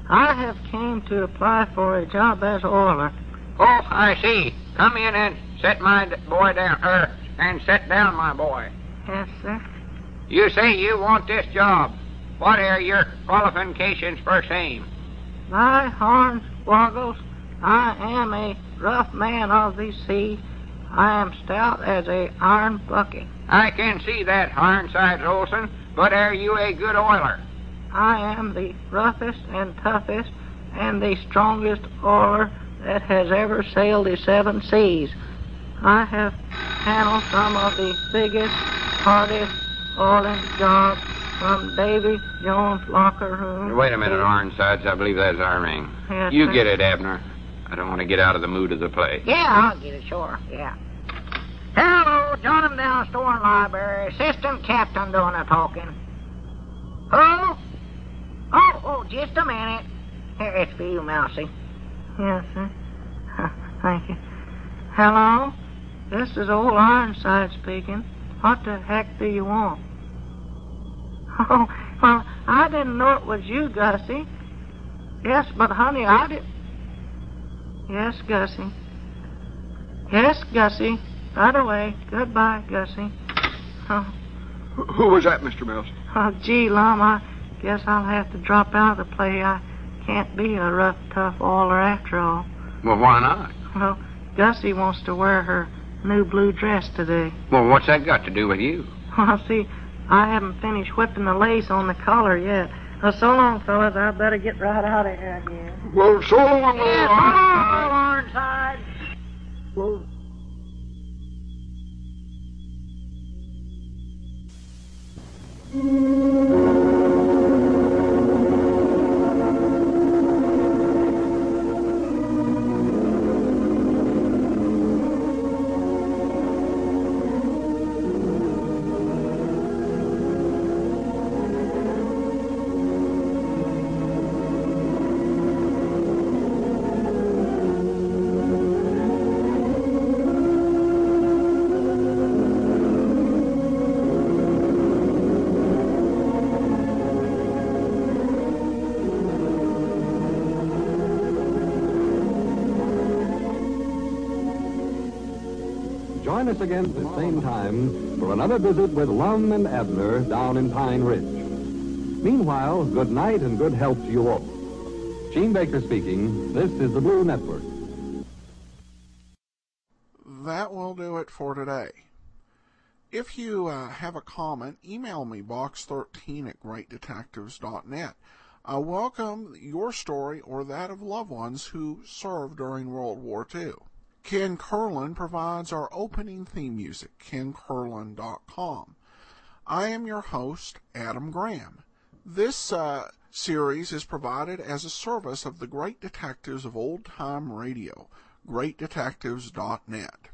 Speaker 17: I have came to apply for a job as oiler.
Speaker 18: Oh, I see. Come in and set my d- boy down, er, and set down my boy.
Speaker 17: Yes, sir.
Speaker 18: You say you want this job. What are your qualifications for same?
Speaker 17: My horns waggles. I am a rough man of the sea. I am stout as a iron bucket.
Speaker 18: I can see that, Ironsides Olson, but are you a good oiler?
Speaker 17: I am the roughest and toughest and the strongest oiler that has ever sailed the seven seas. I have handled some of the biggest, hardest oiling jobs from Davy Jones' locker room.
Speaker 5: Wait a minute, Ironsides. I believe that's our ring.
Speaker 17: Yes,
Speaker 5: you
Speaker 17: sir.
Speaker 5: get it, Abner. I don't want to get out of the mood of the play.
Speaker 17: Yeah, I'll get it, sure. Yeah. Hello, John M. Down Store Library. Assistant Captain doing the talking. Who? Oh, oh, just a minute. Here, it's for you, Mousie. Yes, sir. Thank you. Hello? This is old Ironside speaking. What the heck do you want? Oh, well, I didn't know it was you, Gussie. Yes, but honey, I did. Yes, Gussie. Yes, Gussie. Right away. Goodbye, Gussie. Oh,
Speaker 11: Who- Who was that, Mr. Mouse?
Speaker 17: oh, gee, Lum, I guess I'll have to drop out of the play. I can't be a rough, tough oiler after all.
Speaker 5: Well, why not?
Speaker 17: Well, Gussie wants to wear her new blue dress today.
Speaker 5: Well, what's that got to do with you?
Speaker 17: Well, see, I haven't finished whipping the lace on the collar yet. Well, so long, fellas. I better get right out of here again.
Speaker 11: Well, so long, old
Speaker 17: Yeah, so long, Ironside.
Speaker 15: Join us again at the same time for another visit with Lum and Abner down in Pine Ridge. Meanwhile, good night and good health to you all. Gene Baker speaking. This is the Blue Network.
Speaker 1: that will do it for today. If you uh, have a comment, email me, box13 at greatdetectives.net. uh, welcome your story or that of loved ones who served during World War II. Ken Curlin provides our opening theme music, kencurlin.com. I am your host, Adam Graham. This uh, series is provided as a service of the great detectives of old time radio, greatdetectives.net.